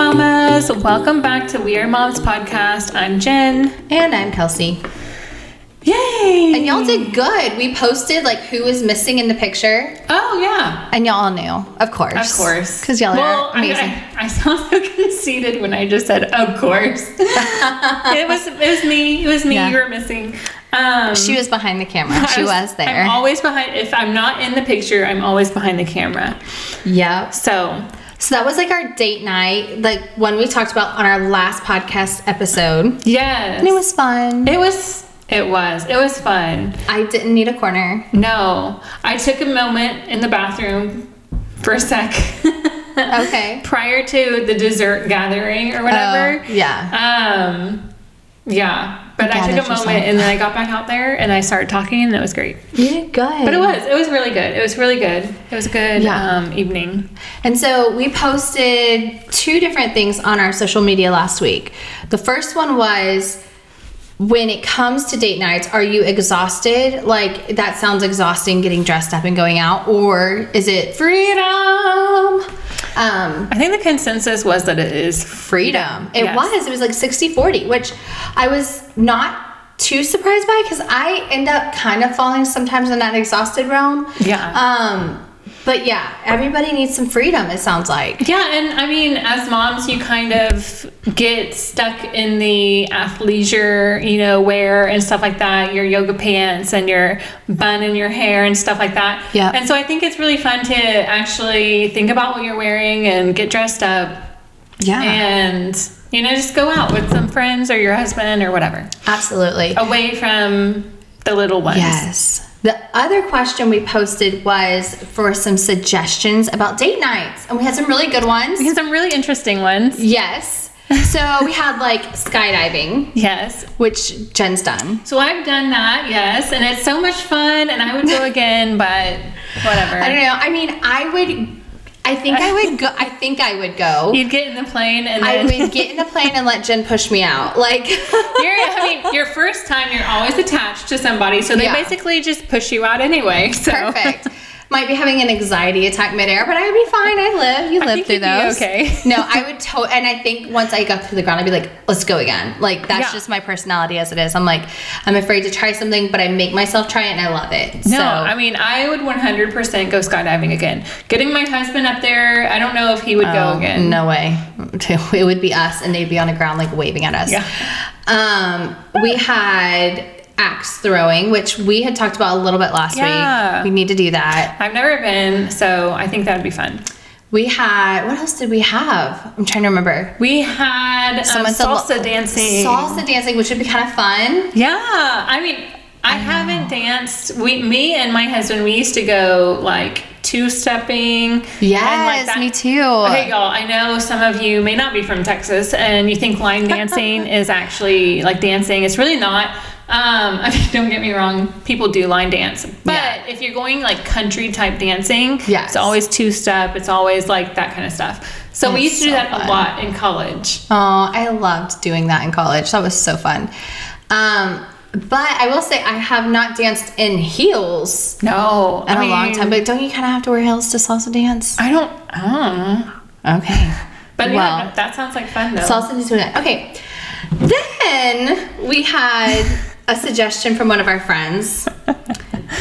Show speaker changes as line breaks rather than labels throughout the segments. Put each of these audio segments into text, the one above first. guys, welcome back to We Are Moms podcast. I'm Jen.
And I'm Kelsey.
Yay!
And y'all did good. We posted like who was missing in the picture,
Oh yeah,
and y'all knew, of course.
of course.
Because y'all
well,
are
I,
amazing.
I, I sound so conceited when I just said of course. it was it was me. It was me.
Yeah.
You were missing. Um,
she was behind the camera.
I
She was, there.
I'm always behind. If I'm not in the picture, I'm always behind the camera.
yep.
So
So that was like our date night, like one we talked about on our last podcast episode. And
yes,
it was fun.
It was. It was. It was fun.
I didn't need a corner.
No, I took a moment in the bathroom for a sec.
Okay.
Prior to the dessert gathering or whatever.
Oh, yeah.
Um, yeah. But I
Gathered
took a
yourself.
moment and then I got back out there and I started talking and it was great.
You did good.
But it was, it was really good. It was really good. It was a good
Yeah.
um, evening.
And so we posted two different things on our social media last week. The first one was when it comes to date nights, are you exhausted? Like that sounds exhausting getting dressed up and going out, or is it freedom? Um,
I think the consensus was that it is
freedom. It
Yes.
was. It was like 60 40, which I was not too surprised by because I end up kind of falling sometimes in that exhausted realm.
Yeah.
Um, but yeah, everybody needs some freedom, it sounds like.
Yeah, and I mean, as moms, you kind of get stuck in the athleisure, you know, wear and stuff like that, your yoga pants and your bun in your hair and stuff like that.
Yeah.
And so I think it's really fun to actually think about what you're wearing and get dressed up
Yeah.
and, you know, just go out with some friends or your husband or whatever,
Absolutely.
away from the little ones.
Yes. The other question we posted was for some suggestions about date nights, and we had some really good ones.
We had some really interesting ones.
Yes. So we had like skydiving,
Yes.
which Jen's done.
So I've done that, yes, and it's so much fun, and I would go again, but whatever.
I don't know. I mean, I would. I think I would go. I think I would go.
You'd get in the plane, and
I
then
would get in the plane and let Jen push me out. Like,
you're. I mean, your first time, you're always attached to somebody, so they
Yeah.
basically just push you out anyway. So.
perfect. Might be having an anxiety attack midair, but I would be fine. I live. You live
think
through
you'd be
those.
okay.
no, I would to and I think once I got to the ground, I'd be like, let's go again. Like that's
Yeah.
just my personality as it is. I'm like, I'm afraid to try something, but I make myself try it and I love it.
No,
so
I mean, I would 100% go skydiving again. Getting my husband up there, I don't know if he would go again.
Oh, no way. It would be us and they'd be on the ground like waving at us.
Yeah.
Um we had axe throwing, which we had talked about a little bit last
Yeah.
week. We need to do that.
I've never been, so I think that would be fun.
We had what else did we have? I'm trying to remember.
We had um,
Someone said lo-
salsa dancing.
Salsa dancing, which would be kind of fun.
Yeah, I mean, I, haven't danced. We, me and my husband, we used to go like two stepping.
Yes, me too.
Okay, y'all. I know some of you may not be from Texas, and you think line dancing is actually like dancing. It's really not. Um, I mean, don't get me wrong. People do line dance, but
Yeah.
if you're going like country type dancing,
Yes.
it's always two step. It's always like that kind of stuff. So we
That's
used to do
so
that
fun.
a lot in college.
Oh, I loved doing that in college. That was so fun. Um, but I will say I have not danced in heels
No,
in
I
a long
mean,
time. But don't you kind of have to wear heels to salsa dance?
I don't. I don't know.
Okay.
But
Well-
yeah, that sounds like fun though.
Salsa dance. with it. Okay. Then we had a suggestion from one of our friends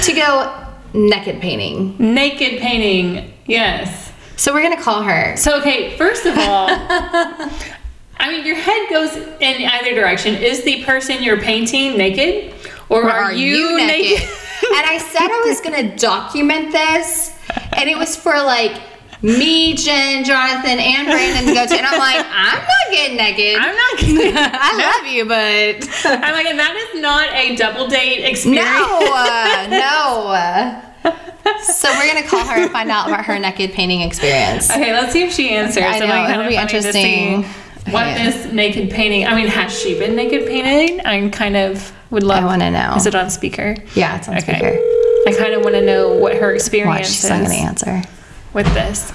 to go naked painting.
Naked painting, yes.
So we're gonna call her.
So okay, first of all, I mean your head goes in either direction. Is the person you're painting naked, or, are, you, naked?
and I said I was gonna document this, and it was for like me, Jen, Jonathan, and Brandon to go to. And I'm like, I'm not getting naked.
I'm not kidding.
I love you, but
I'm like, and that is not a double date experience.
no, uh, no. So we're gonna call her and find out about her naked painting experience.
Okay, let's see if she answers.
I
It'll be
know,
kind
it'll
of
be
funny to see
interesting.
What
Yeah.
this naked painting? I mean, has she been naked painting? I kind of would love.
I wanna know.
Is it on speaker?
Yeah, it sounds
Okay.
okay.
I kind of want to know what her experience
Watch, she's
is
not gonna answer.
with this.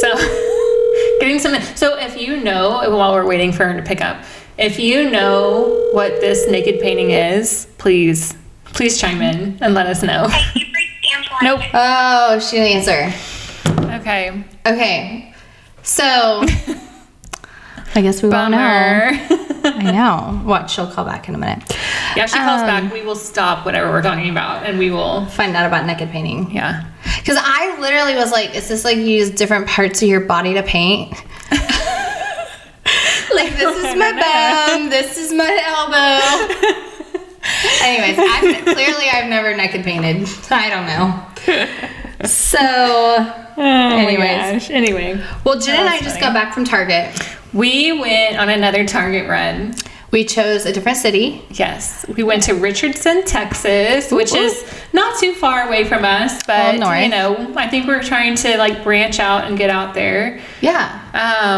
So, getting some. So, if you know, while we're waiting for her to pick up, if you know what this naked painting is, please, please chime in and let us know.
You've reached the Antelope
Nope.
Oh, she didn't answer.
Okay.
Okay. So I guess we will know.
Bummer.
I know. What? She'll call back in a minute.
yeah, she calls
Um,
back. We will stop whatever we're talking about and we will.
Find out about naked painting.
Yeah.
Because I literally was like, is this like you use different parts of your body to paint? like, this is my bum, this is my elbow. Anyways, I've, clearly I've never naked painted. I don't know. So, Anyways.
Anyway,
well, Jen and I just
funny.
got back from Target.
we went on another Target run.
We chose a different city.
Yes, we went to Richardson, Texas, which
Ooh, ooh.
is not too far away from us, but
Little north.
you know, I think we're trying to like branch out and get out there.
Yeah.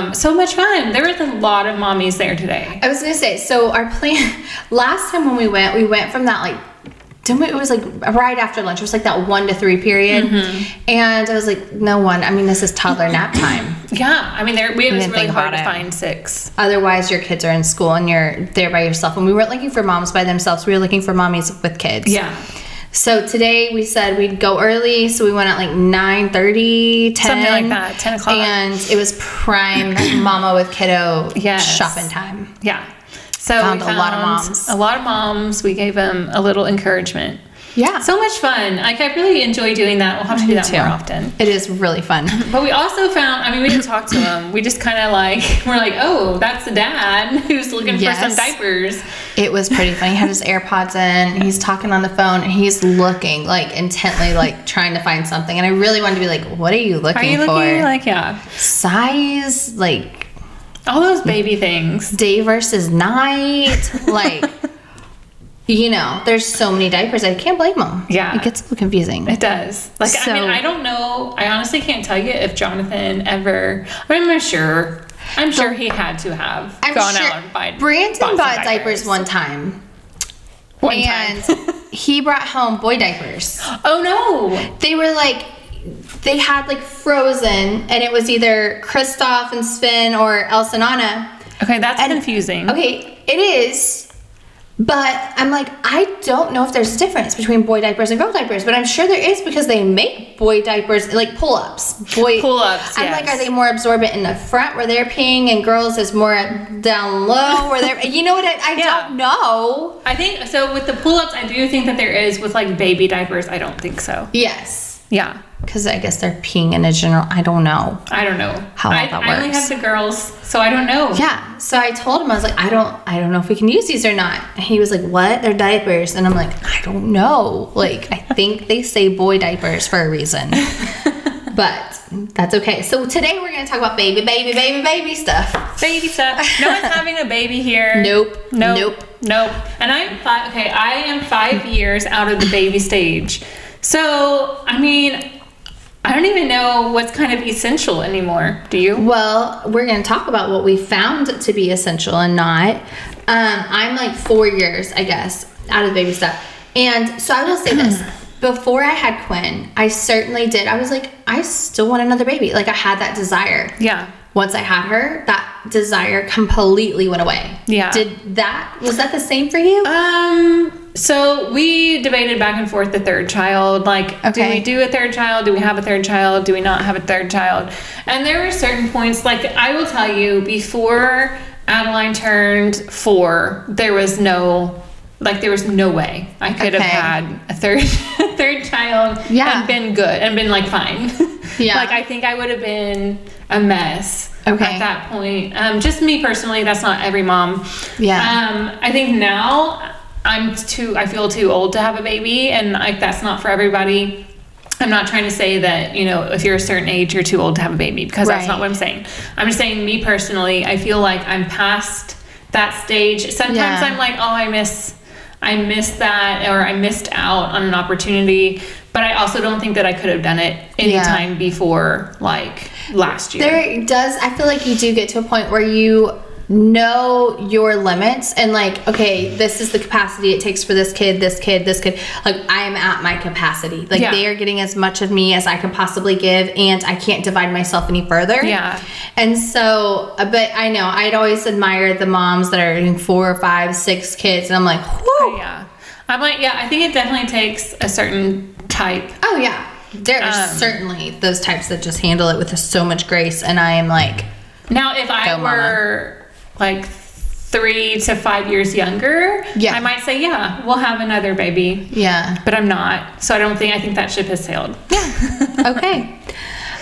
Um, so much fun. There was a lot of mommies there today.
I was gonna say, so our plan last time when we went, we went from that like didn't we, it was like right after lunch. It was like that one to three period,
Mm-hmm.
and I was like, no one. I mean, this is toddler nap time.
Yeah, I mean, there we, it was
didn't
really
think
hard
about
to
it.
find six.
Otherwise, your kids are in school and you're there by yourself. And we weren't looking for moms by themselves. We were looking for mommies with kids.
Yeah,
So today we said we'd go early, so we went at like 9 10.
Something like that, 10 o'clock.
And it was prime mama with kiddo
Yes.
shopping time.
yeah. So
Found
we
a
found
lot of moms.
A lot of moms. We gave them a little encouragement.
Yeah.
So much fun. Like I really enjoy doing that. We'll have to do that
too.
more often.
it is really fun.
But we also found, I mean, we didn't talk to him. We just kind of like, we're like, oh, that's the dad who's looking
Yes.
for some diapers.
It was pretty funny. He had his AirPods in, and he's talking on the phone, and he's looking like intently, like trying to find something. And I really wanted to be like, "What are you looking
Are you
for?
looking? Like, yeah.
Size, like
All those baby things.
day versus night, like." You know, there's so many diapers. I can't blame him.
Yeah.
it gets a little confusing.
It does. Like, I
So-
mean, I don't know. I honestly can't tell you if Jonathan ever, I mean, I'm sure. I'm sure he had to have
I'm
gone
sure
out and buy,
Brandon
some
bought, diapers one time,
one
and
time.
he brought home boy diapers.
oh no!
they were like they had like frozen and it was either Kristoff and Sven or Elsa and Anna.
Okay, that's
And-
confusing.
Okay, it is. But I'm like, I don't know if there's a difference between boy diapers and girl diapers, but I'm sure there is because they make boy diapers like pull ups. Boy
Pull-ups,
I'm like,
yes.
are they more absorbent in the front where they're peeing, and girls is more down low where they're. You know what? I, I
Yeah.
don't know.
I think so. With the pull-ups, I do think that there is. With like baby diapers, I don't think so.
Yes,
Yeah.
because I guess they're peeing in a general. I don't know.
I don't know
How
I,
that
I only
works.
have the girls, so I don't know.
Yeah. So I told him I was like, I don't, I don't know if we can use these or not. And he was like, What? They're diapers. And I'm like, I don't know. Like, I think they say boy diapers for a reason. but that's okay. So today we're gonna talk about baby, baby, baby, baby stuff.
Baby stuff. No one's having a baby here.
Nope.
Nope.
Nope.
Nope. Nope. And I'm five. Okay, I am five years out of the baby stage. So I mean, I don't even know what's kind of essential anymore. Do you?
Well, we're gonna talk about what we found to be essential and not. Um, I'm like four years, I guess, out of the baby stuff. And so I will say this. Before I had Quinn, I certainly did. I was like, I still want another baby. Like I had that desire.
Yeah.
once I had her, that desire completely went away.
Yeah.
Did that was that the same for you?
Um. So we debated back and forth the third child. Like, do
Okay.
we do a third child? Do we have a third child? Do we not have a third child? And there were certain points. Like I will tell you, before Adeline turned four, there was no, like, there was no way I could
Okay.
have had a third, a third child
Yeah.
and been good and been like fine.
Yeah.
Like I think I would have been a mess
Okay.
at that point. Um, just me personally. That's not every mom.
Yeah.
Um, I think now I'm too. I feel too old to have a baby, and like that's not for everybody. I'm not trying to say that you know if you're a certain age you're too old to have a baby because that's
Right.
not what I'm saying. I'm just saying me personally. I feel like I'm past that stage. Sometimes
Yeah.
I'm like, oh, I miss. I missed that, or I missed out on an opportunity, but I also don't think that I could have done it any
Yeah.
time before, like last year.
There does I feel like you do get to a point where you know your limits and like okay this is the capacity it takes for this kid this kid this kid like i am at my capacity like
Yeah.
they are getting as much of me as i can possibly give and i can't divide myself any further
Yeah.
and so uh, but i know i'd always admire the moms that are getting four five six kids and i'm like Whoo!
yeah, I'm like, yeah, I think it definitely takes a certain type
oh yeah There are
Um,
certainly those types that just handle it with so much grace, and I am like,
Now, if I
Go, Mama.
were like three to five years younger,
Yeah.
I might say, yeah, we'll have another baby.
yeah,
But I'm not. So I don't think, I think that ship has sailed. If
okay.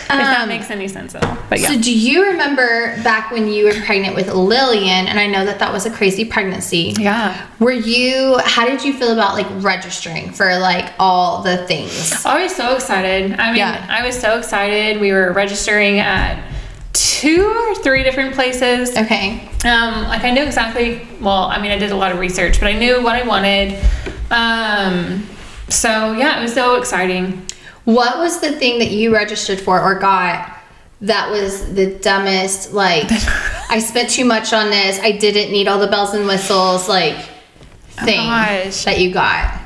Um,
that makes any sense at all. But yeah.
So, do you remember back when you were pregnant with Lillian? And I know that that was a crazy pregnancy.
yeah.
Were you? How did you feel about like registering for like all the things?
I was so excited. I mean,
Yeah.
I was so excited. We were registering at two or three different places.
Okay.
Um, like I knew exactly. Well, I mean, I did a lot of research, but I knew what I wanted. Um, so yeah, it was so exciting.
What was the thing that you registered for or got that was the dumbest? Like, I spent too much on this. I didn't need all the bells and whistles. Like, thing
Oh gosh.
that you got.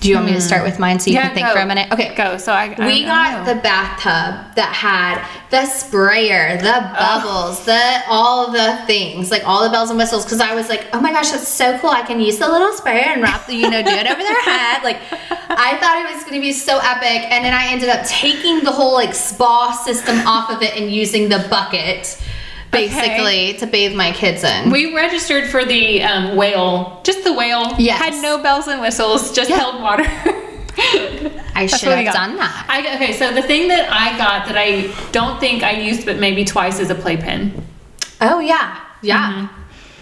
Do you want me to start with mine so you
yeah,
can think for a minute? Okay.
go. So I, I I
We got
know.
the bathtub that had the sprayer, the bubbles, the all the things, like all the bells and whistles. Because I was like, oh my gosh, that's so cool! I can use the little sprayer and wrap the, you know, do it over their head. Like, I thought it was gonna be so epic, and then I ended up taking the whole like spa system off of it and using the bucket, basically, to bathe my kids in.
We registered for the um, whale, just the whale.
Yes.
Had no bells and whistles, just
Yeah.
held water.
I
That's
should
what we
have
got.
done that.
I, okay, so the thing that I got that I don't think I used, but maybe twice, is a playpen.
Oh yeah,
Mm-hmm.
yeah.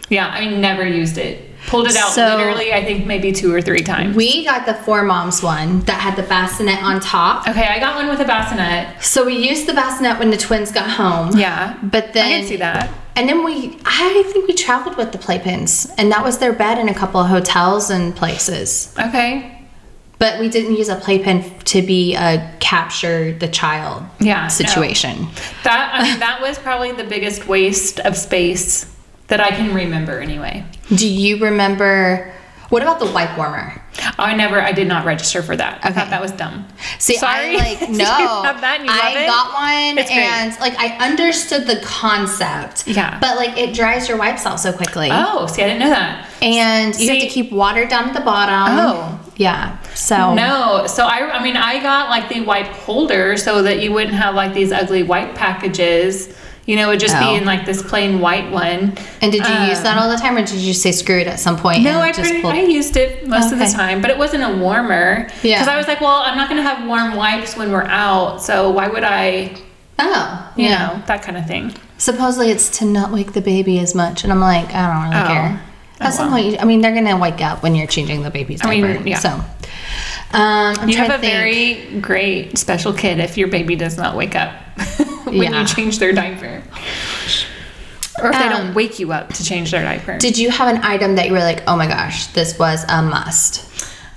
Yeah, I never used it. Pulled it out
So-
literally, I think maybe two or three times.
We got the four moms one that had the bassinet on top.
Okay, I got one with a bassinet.
So we used the bassinet when the twins got home.
Yeah.
But then
I can see that.
And then we I think we traveled with the playpens and that was their bed in a couple of hotels and places.
Okay.
But we didn't use a playpen to be a capture the child
Yeah. no.
situation.
That I mean, that was probably the biggest waste of space that I can remember anyway.
Do you remember what about the wipe warmer?
I never I did not register for that. I
Okay.
thought that was dumb.
See,
Sorry.
I like
You
no.
have that and you
I
love it?
got one
It's great.
and like I understood the concept.
Yeah.
But like it dries your wipes out so quickly.
Oh, see I didn't know that.
And you have
See-
to keep water down at the bottom.
Oh.
Yeah. So
No. So I I mean I got like the wipe holder so that you wouldn't have like these ugly wipe packages. You know, it would just
Oh.
be in like this plain white one.
And did you use that all the time, or did you say screw it at some point?
Uh, No,
and
I, pretty, I used it most of
Okay.
the time, but it wasn't a warmer.
Yeah.
Because I was like, well, I'm not going to have warm wipes when we're out, so why would I,
Oh,
you
yeah.
know, that kind of thing.
Supposedly it's to not wake the baby as much, and I'm like, I don't really
Oh.
care.
Oh,
At some point, you- I mean, they're gonna wake up when you're changing the baby's
I mean,
diaper.
yeah.
So, um, I'm
You
trying
have a
to think.
very great special kid if your baby does not wake up when
Yeah. Oh
you change their diaper. Or if they
Um,
don't wake you up to change their diaper.
Did you have an item that you were like, oh my gosh, this was a must?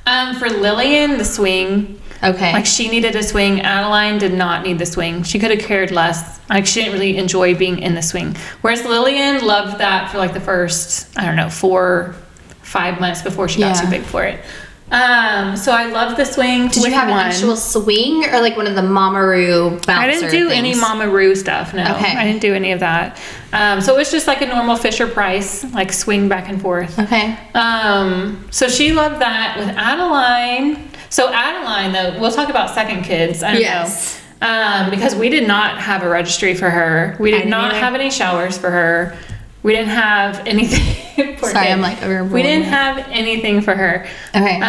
um, for Lillian, the swing.
Okay.
Like she needed a swing. Adeline did not need the swing. She could have cared less. Like she didn't really enjoy being in the swing. Whereas Lillian loved that for like the first, I don't know, four, five months before she got
Yeah.
too big for it. Um, so I loved the swing.
did you
with
have
one.
an actual swing or like one of the Mamaroo bouncer
I didn't do any
things?
Mama Roo stuff. No,
Okay.
I didn't do any of that. Um, so it was just like a normal Fisher Price, like swing back and forth.
Okay.
Um, so she loved that with Adeline. So Adeline, though, we'll talk about second kids. I don't
Yes.
know. Um, because we did not have a registry for her. We did
didn't
not
either.
have any showers for her. We didn't have anything. Poor
Sorry,
kid.
I'm like overruling
we didn't
it.
have anything for her.
Okay.
Um,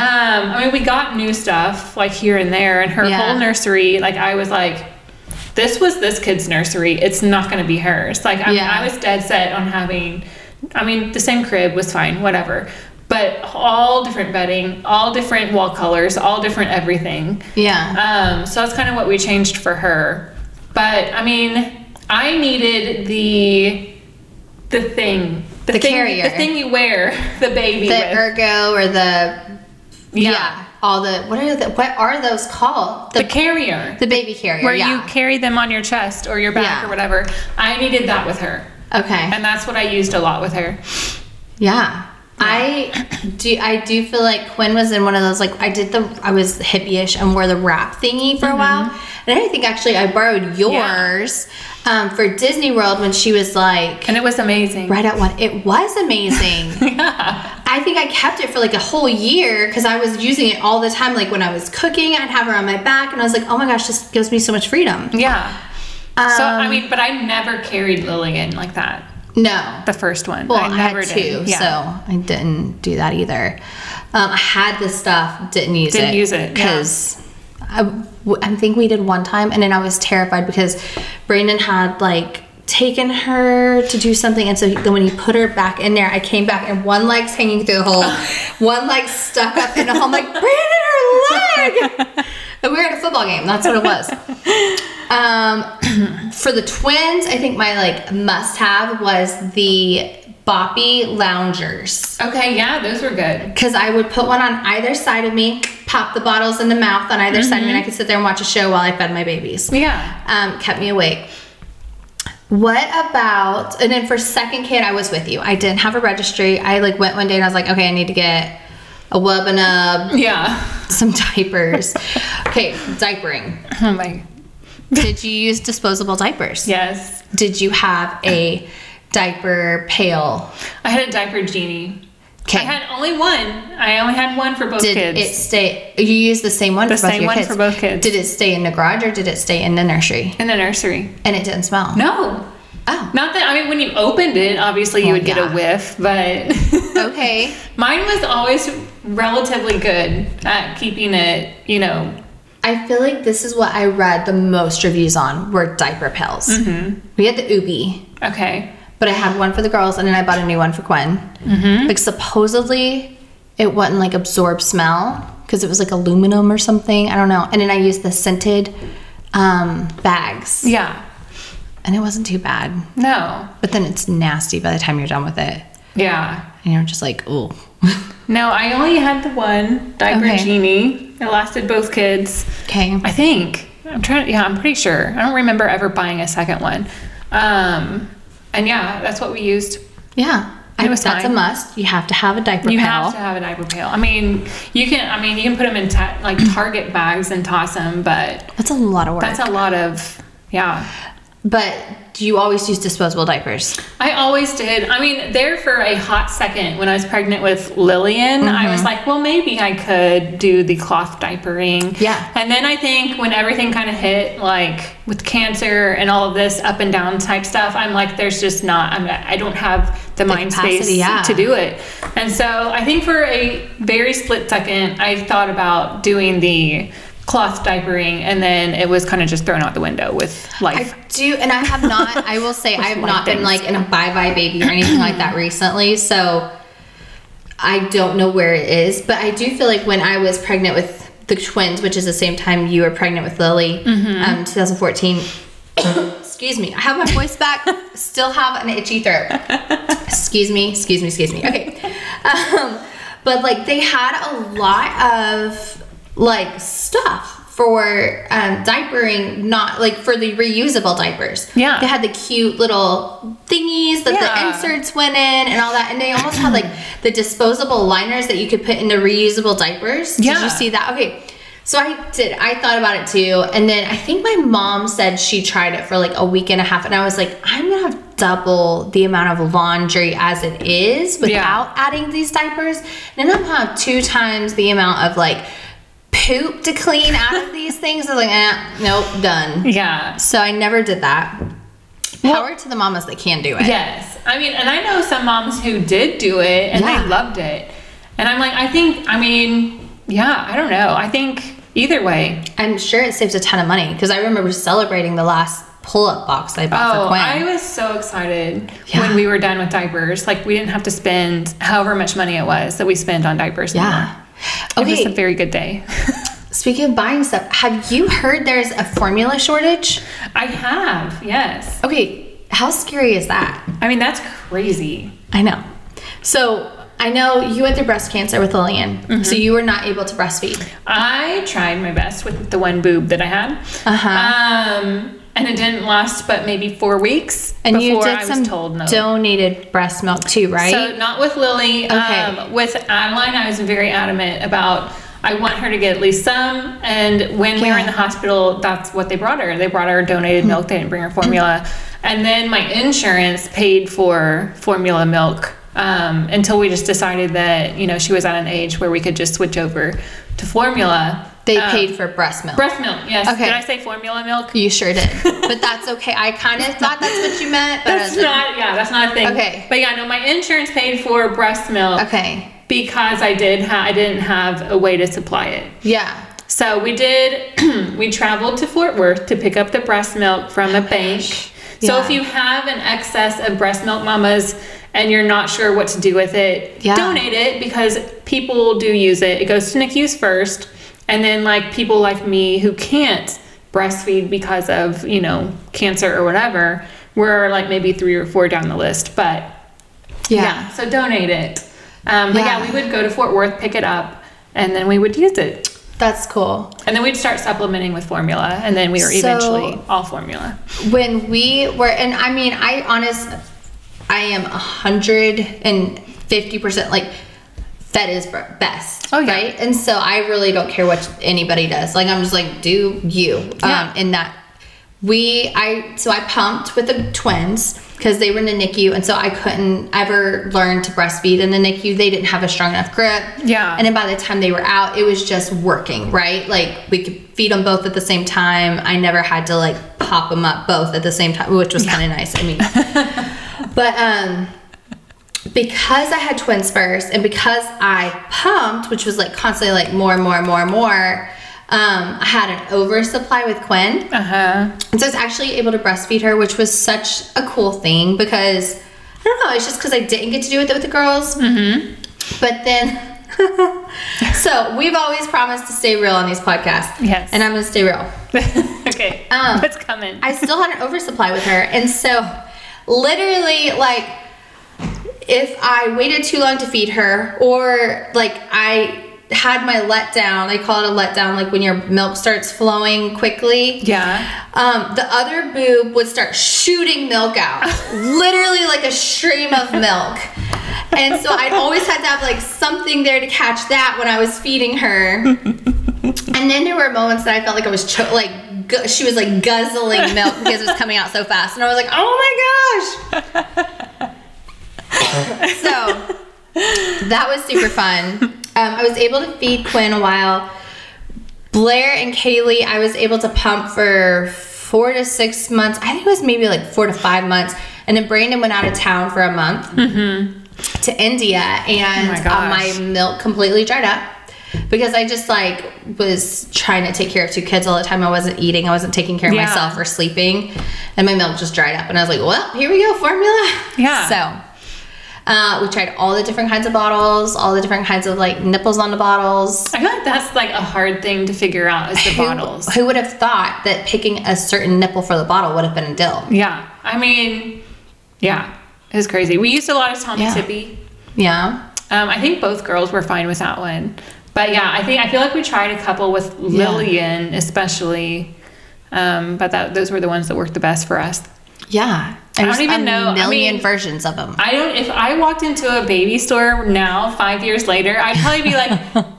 I mean, we got new stuff like here and there, and her
Yeah.
whole nursery. Like I was like, this was this kid's nursery. It's not going to be hers. Like I,
Yeah.
I was dead set on having. I mean, the same crib was fine, whatever. But all different bedding, all different wall colors, all different everything.
Yeah.
Um, so that's kind of what we changed for her. But I mean, I needed the the thing, the,
The
thing,
carrier.
the thing you wear the baby
the
with.
ergo or the
yeah.
Yeah. All the what are the what are those called?
the
The
carrier.
the baby carrier.
where
yeah.
you carry them on your chest or your back
Yeah.
or whatever. I needed that with her.
okay.
And that's what I used a lot with her.
yeah. I do. I do feel like Quinn was in one of those. Like I did the. I was hippie-ish and wore the wrap thingy for a while. And I think actually I borrowed yours um, for Disney World when she was like
And it was amazing.
right at one. It was amazing. I I think I kept it for like a whole year because I was using it all the time. Like when I was cooking, I'd have her on my back, and I was like, oh my gosh, this gives me so much freedom.
Yeah. so
Um,
I mean, but I never carried Lillian like that.
No.
The first one.
Well, I,
never
had two,
did. Yeah.
so I didn't do that either. Um, I had the stuff, didn't use it.
Didn't use it, yeah.
because I, w- I think we did one time, and then I was terrified because Brandon had like taken her to do something, and so he- when he put her back in there, I came back and one leg's hanging through the hole, one leg stuck up in a hole. I'm like Brandon, her leg. And we were at a football game. That's what it was. Um, for the twins, I think my like must-have was the boppy loungers
Okay, yeah, those were good.
because I would put one on either side of me, pop the bottles in the mouth on either side of me, and I could sit there and watch a show while I fed my babies.
Yeah.
Um, kept me awake. What about and then for second kid I was with you. I didn't have a registry. I like went one day and I was like, okay, I need to get a wub and a
Yeah.
some diapers. okay, diapering.
Oh my.
Did you use disposable diapers?
Yes.
Did you have a diaper pail?
I had a diaper genie.
'Kay.
I had only one. I only had one for both
Did
kids.
it stay? You used the same one.
The
for both
same
your
one
kids.
for both kids.
Did it stay in the garage or did it stay in the nursery?
in the nursery.
And it didn't smell.
No.
Oh.
Not that I mean when you opened it, obviously you
Well,
would get
Oh, yeah.
a whiff, but
Okay.
mine was always relatively good at keeping it, you know.
I feel like this is what I read the most reviews on were diaper pills.
Mm-hmm.
We had the Ubi,
Okay.
but I had one for the girls and then I bought a new one for Gwen.
Mm-hmm.
Like supposedly it wouldn't like absorb smell because it was like aluminum or something. I don't know. And then I used the scented um, bags
Yeah.
and it wasn't too bad.
No.
But then it's nasty by the time you're done with it.
Yeah.
And you're just like, ooh.
No, I only had the one diaper
Okay.
genie. It lasted both kids.
Okay.
I think. I'm trying yeah, I'm pretty sure. I don't remember ever buying a second one. Um and yeah, that's what we used.
Yeah.
It was
that's a
fine.
must. You have to have a diaper
You
pail.
have to have a diaper pail. I mean, you can. I mean, you can put them in ta- like Target bags and toss them, but
That's a lot of work.
that's a lot of yeah.
but do you always use disposable diapers?
I always did. I mean, there for a hot second when I was pregnant with Lillian, I
Mm-hmm.
was like, well, maybe I could do the cloth diapering.
Yeah.
And then I think when everything kind of hit, like with cancer and all of this up and down type stuff, I'm like, there's just not, I'm, I don't have the, mind space
capacity, yeah.
to do it. And so I think for a very split second, I thought about doing the cloth diapering and then it was kind of just thrown out the window with life.
I do, and I have not. I will say I have
With
not been
things.
like in a bye bye baby or anything like that recently. So I don't know where it is, but I do feel like when I was pregnant with the twins, which is the same time you were pregnant with Lily, um, 2014. excuse me. I have my voice back. Still have an itchy throat. excuse me. Excuse me. Excuse me. Okay. Um, but like they had a lot of like stuff for um, diapering, not like for the reusable diapers.
Yeah.
They had the cute little thingies that
Yeah.
the inserts shirts went in and all that, and they almost had like the disposable liners that you could put in the reusable diapers. Did
Yeah.
you see that? Okay. So I did. I thought about it too, and then I think my mom said she tried it for like a week and a half, and I was like, I'm gonna have double the amount of laundry as it is without adding these diapers, and then I'm gonna have two times the amount of like poop to clean out of these things. I was like, eh, nope, done.
yeah.
So I never did that. Power to the mamas that can do it.
Yes. I mean, and I know some moms who did do it and
Yeah.
they loved it. And I'm like, I think, I mean, yeah, I don't know. I think either way.
I'm sure it saves a ton of money because I remember celebrating the last pull-up box I bought
Oh,
for Quinn.
I was so excited
Yeah.
when we were done with diapers. Like, we didn't have to spend however much money it was that we spent on diapers. anymore.
yeah.
It was a
Okay.
very good day.
Speaking of buying stuff, have you heard there's a formula shortage?
I have, yes.
Okay. How scary is that?
I mean, that's crazy.
I know. So I know you went through breast cancer with Lillian, so you were not able to breastfeed.
I tried my best with the one boob that I had.
Uh-huh.
Um, and it didn't last but maybe four weeks
And
before
you did
I was
some
told no.
donated breast milk too, right?
So not with Lily. Um, with Adeline, I was very adamant about I want her to get at least some. And when we were in the hospital, that's what they brought her. They brought her donated
Hmm.
milk. They didn't bring her formula. And then my insurance paid for formula milk um, until we just decided that you know she was at an age where we could just switch over to formula.
They
Um,
paid for breast milk.
breast milk. Yes.
Okay.
Did I say formula milk?
you sure did. but that's okay. I kind of thought that's what you meant, but I
That's
didn't.
not. Yeah, that's not a thing.
Okay.
But yeah, no, my insurance paid for breast milk
Okay.
because I did. Ha- I didn't have a way to supply it.
Yeah.
So we did. we traveled to Fort Worth to pick up the breast milk from the bank. So
Yeah.
if you have an excess of breast milk, mamas, and you're not sure what to do with it,
Yeah.
donate it because people do use it. It goes to NICUs first, and then like people like me who can't breastfeed because of you know cancer or whatever, we're like maybe three or four down the list, but.
Yeah.
Yeah. so donate it. Um, but yeah.
Yeah.
we would go to Fort Worth, pick it up, and then we would use it.
That's cool.
And then we'd start supplementing with formula, and then we were
So-
eventually all formula.
When we were, and I mean, I honest, I am a hundred and fifty percent like fed is br- best.
Oh, yeah.
Right. And so I really don't care what anybody does. Like I'm just like, do you?
Yeah.
Um, in that we, I, so I pumped with the twins because they were in the NICU. And so I couldn't ever learn to breastfeed in the NICU. They didn't have a strong enough grip.
Yeah.
And then by the time they were out, it was just working, right? Like we could feed them both at the same time. I never had to like pop them up both at the same time, which was kind of nice. I mean, but um because I had twins first and because I pumped, which was like constantly like more and more and more and more, um, I had an oversupply with Quinn.
Uh huh.
And so I was actually able to breastfeed her, which was such a cool thing because I don't know, it's just because I didn't get to do it with the girls. Mm-hmm. But then, so we've always promised to stay real on these podcasts.
Yes.
And I'm going to stay real.
okay.
Um,
What's coming?
I still had an oversupply with her. And so, literally, like, if I waited too long to feed her, or like I had my letdown, they call it a letdown, like when your milk starts flowing quickly.
yeah.
Um, the other boob would start shooting milk out, literally like a stream of milk. And so I'd always had to have like something there to catch that when I was feeding her. And then there were moments that I felt like I was cho- like gu- she was like guzzling milk because it was coming out so fast, and I was like, oh my gosh. so that was super fun. Um, I was able to feed Quinn a while. Blair and Kaylee, I was able to pump for four to six months. I think it was maybe like four to five months. And then Brandon went out of town for a month to India, and
Mm-hmm. Oh my
uh, my,
gosh.
milk completely dried up because I just like was trying to take care of two kids all the time. I wasn't eating, I wasn't taking care of
Yeah.
myself or sleeping, and my milk just dried up. And I was like, well, here we go, formula.
Yeah.
So. Uh, we tried all the different kinds of bottles, all the different kinds of like nipples on the bottles.
I feel like that's like a hard thing to figure out is the
Who-
bottles.
Who would have thought that picking a certain nipple for the bottle would have been a dill?
Yeah. I mean, yeah. It was crazy. We used a lot of Tommy
Yeah.
Tippy.
Yeah.
Um, I think both girls were fine with that one. But yeah, I think I feel like we tried a couple with Lillian especially. Um, but that those were the ones that worked the best for us.
Yeah.
don't
There's
even
a
know. I
million
mean-
versions of them.
I don't. If I walked into a baby store now, five years later, I'd probably be like,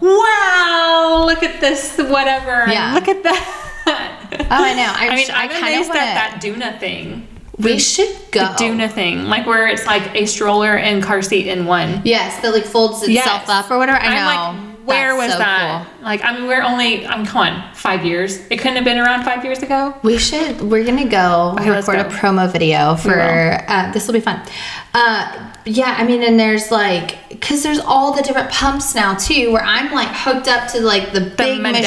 "Wow, look at this, whatever.
Yeah.
Look at that."
Oh, I know. I,
I mean,
I
I'm
kind of
amazed
want
at that Duna thing.
We should
The
go.
Duna thing, like where it's like a stroller and car seat in one.
Yes, that like folds itself
Yes.
up or whatever. I know.
am like, where
That's
was
so
that? Like, I mean, we're only. I'm come on, five years. It couldn't have been around five years ago.
cool. We should. We're gonna go
Okay, let's
record a
go.
promo video for.
will.
Uh, this will be fun. Uh, yeah, I mean, and there's like, cause there's all the different pumps now too, where I'm like hooked up to like the, big
Mandela?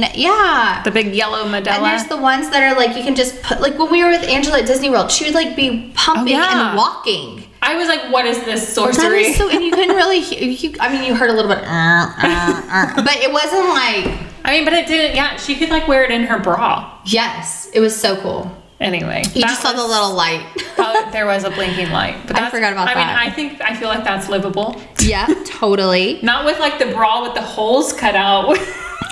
machine. Yeah.
The big yellow Medela.
And there's the ones that are like you can just put like when we were with Angela at Disney World, she would like be pumping
Oh, yeah.
and walking.
I was like, "What is this
That
sorcery?"
is so, and you couldn't really. hear- You, I mean, you heard a little bit, uh, uh, uh, but it wasn't like
I mean, but it didn't. Yeah, she could like wear it in her bra.
yes, it was so cool.
Anyway,
You
that
just saw
was-
the little light.
oh, there was a blinking light. But
I
that's-
forgot about
I
that.
mean, I think I feel like that's livable.
yeah, totally.
Not with like the bra with the holes cut out.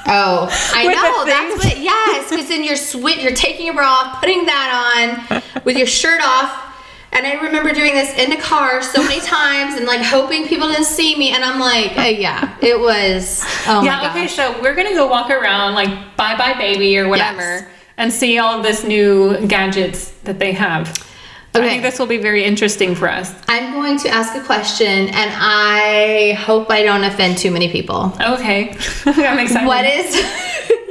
Oh, I
With the
know. That's
things.
what. Yes, because then you're sweat. You're taking your bra off, putting that on, with your shirt off. And I remember doing this in the car so many times, and like hoping people didn't see me. And I'm like, oh yeah, it was. Oh my
yeah.
gosh.
Okay, so we're gonna go walk around like bye bye baby or whatever, and see all this new gadgets that they have. I
Okay.
think this will be very interesting for us.
I'm going to ask a question, and I hope I don't offend too many people.
Okay. I'm excited.
What is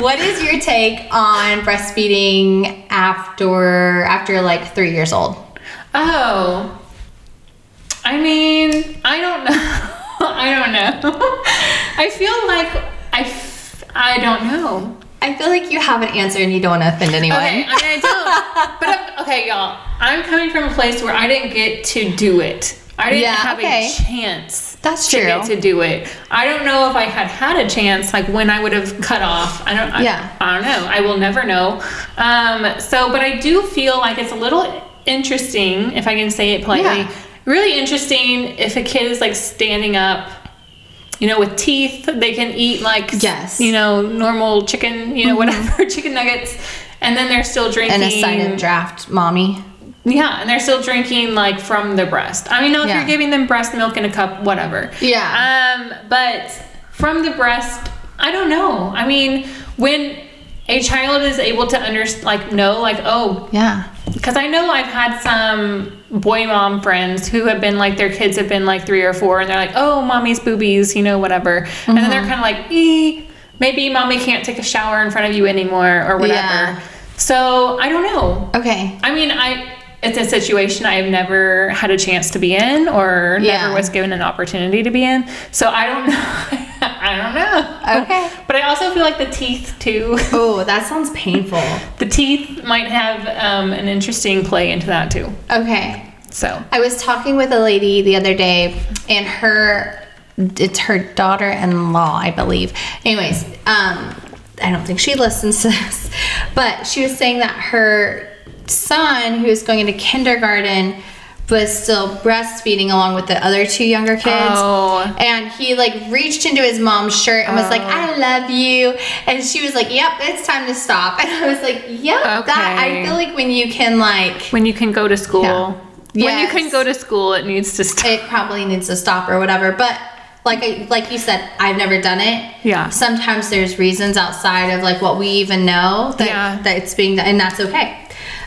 what is your take on breastfeeding after after like three years old?
Oh. I mean, I don't know. I don't know. I feel like I, f- I don't know.
I feel like you have an answer and you don't want to offend anyone.
Okay, I mean, I don't. but I'm, okay, y'all, I'm coming from a place where I didn't get to do it. I didn't
Yeah,
have
okay.
a chance.
That's
to
true.
get to do it. I don't know if I had had a chance, like when I would have cut off. I don't. I,
Yeah.
I don't know. I will never know. Um. So, but I do feel like it's a little interesting, if I can say it politely.
Yeah.
Really interesting if a kid is like standing up. You know, with teeth, they can eat like
Yes. Mm-hmm.
You know, normal chicken. You know, whatever chicken nuggets, and then they're still drinking.
and a silent draft, mommy.
Yeah, and they're still drinking like from the breast. I mean, no, if
Yeah.
you're giving them breast milk in a cup, whatever.
Yeah.
Um, but from the breast, I don't know. I mean, when a child is able to understand, like, know, like, oh,
Yeah.
because I know I've had some boy mom friends who have been like, their kids have been like three or four, and they're like, oh, mommy's boobies, you know, whatever. And then
Mm-hmm.
they're kind of like, eh, maybe mommy can't take a shower in front of you anymore or whatever.
Yeah.
So I don't know.
Okay.
I mean, I it's a situation I've never had a chance to be in or
Yeah.
never was given an opportunity to be in. So I don't know. I don't know.
Okay.
But I also feel like the teeth too.
Oh, that sounds painful.
The teeth might have um, an interesting play into that too.
Okay.
So
I was talking with a lady the other day, and her it's her daughter-in-law, I believe. Anyways, um, I don't think she listens to this, but she was saying that her son, who was going into kindergarten, was still breastfeeding along with the other two younger kids.
Oh.
And he like reached into his mom's shirt and was like, I love you. And she was like, Yep, it's time to stop. And I was like, Yep, that I
Okay.
feel like when you can like
when you can go to school,
Yeah.
when you
Yes.
can go to school, it needs to stop.
it probably needs to stop or whatever. But like I- like you said, I've never done it.
Yeah.
Sometimes there's reasons outside of like what we even know that
Yeah.
that it's being done, and that's okay.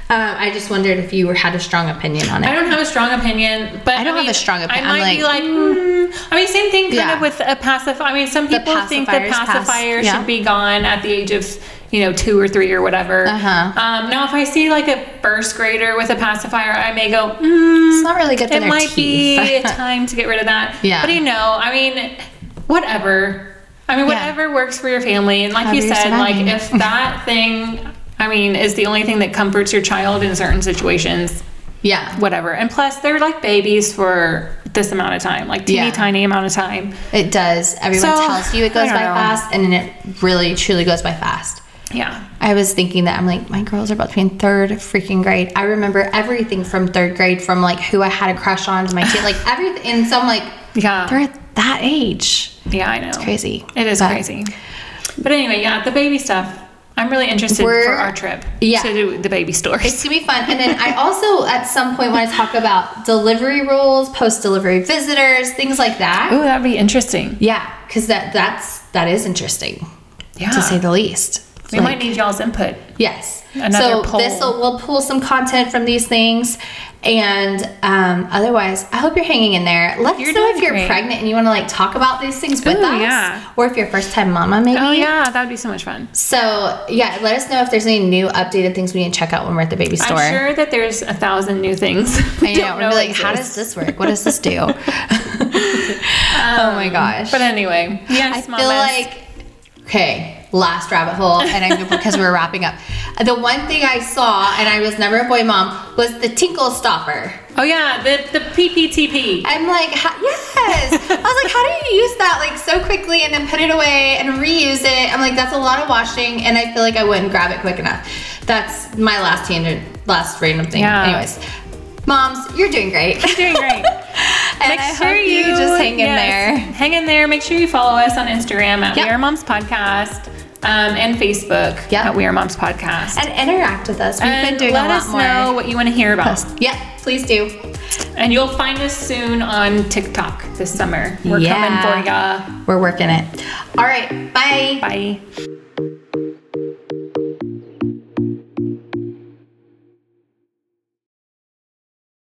Um, I just wondered if you were, had a strong opinion on
I
it.
don't have a strong opinion, but
I don't have
mean,
a strong opi-
I
I'm
might be like, mm. I mean, same thing kind
Yeah.
of with a pacifier. I mean, some people think the
pacifiers pass-
pacifier
yeah.
should be gone at the age of you know two or three or whatever.
Uh-huh.
Um, now, if I see like a first grader with a pacifier, I may go, mm,
It's not really good for
it
their
might be
teeth.
time to get rid of that.
Yeah.
But you know, I mean, whatever. I mean,
Yeah.
whatever works for your family. And like you
However you're
said, like
surviving.
if that thing, I mean, is the only thing that comforts your child in certain situations,
yeah.
whatever. And plus, they're like babies for this amount of time, like teeny
Yeah.
tiny amount of time.
It does. Everyone
So,
tells you it
I
goes
don't
by
know.
fast, and it really truly goes by fast.
Yeah.
I was thinking that I'm like, my girls are about to be in third freaking grade. I remember everything from third grade, from like who I had a crush on to my kid, like everything. And so I'm like,
Yeah.
they're at that age.
yeah, I know.
Crazy.
It is
But-
crazy. But anyway, yeah, the baby stuff. I'm really interested for
We're-
our trip
Yeah.
to do the baby stories.
It's gonna be fun. And then I also, at some point, want to talk about delivery rules, post delivery visitors, things like that.
Ooh, that'd be interesting.
Yeah, because that that's that is interesting
Yeah.
to say the least.
we might need y'all's input.
Yes.
Another
so
poll.
this will we'll pull some content from these things, and um, otherwise, I hope you're hanging in there. Let
You're
us know if
doing
you're
great.
pregnant and you want to like talk about these things with
Ooh,
us,
yeah.
or if you're a first time mama, maybe.
Oh yeah, that'd be so much fun.
So yeah, let us know if there's any new updated things we need to check out when we're at the baby store.
I'm sure that there's a thousand new things. we
I know.
don't
we're like, how
exist.
does this work? What does this do? oh my gosh.
Um, But anyway,
I
yes,
feel
mamas.
like okay, last rabbit hole, and I'm because we're wrapping up. The one thing I saw, and I was never a boy mom, was the tinkle stopper.
oh yeah, the the PPTP.
I'm like, ha- yes. I was like, how do you use that like so quickly and then put it away and reuse it? I'm like, that's a lot of washing, and I feel like I wouldn't grab it quick enough. That's my last tangent, last random thing.
Yeah.
Anyways, moms, you're doing great.
Doing great.
and I hope you, just hang in
yes,
there.
Hang in there. Make sure you follow us on Instagram at
Yep.
We Are Moms Podcast um, and Facebook
Yep.
at We Are Moms Podcast.
And interact with us. We've
And
been doing
let
a lot
us
more.
know what you want to hear about.
Yeah, please do.
And you'll find us soon on TikTok this summer. We're
Yeah.
coming for ya.
We're working it. All right. Bye.
Bye.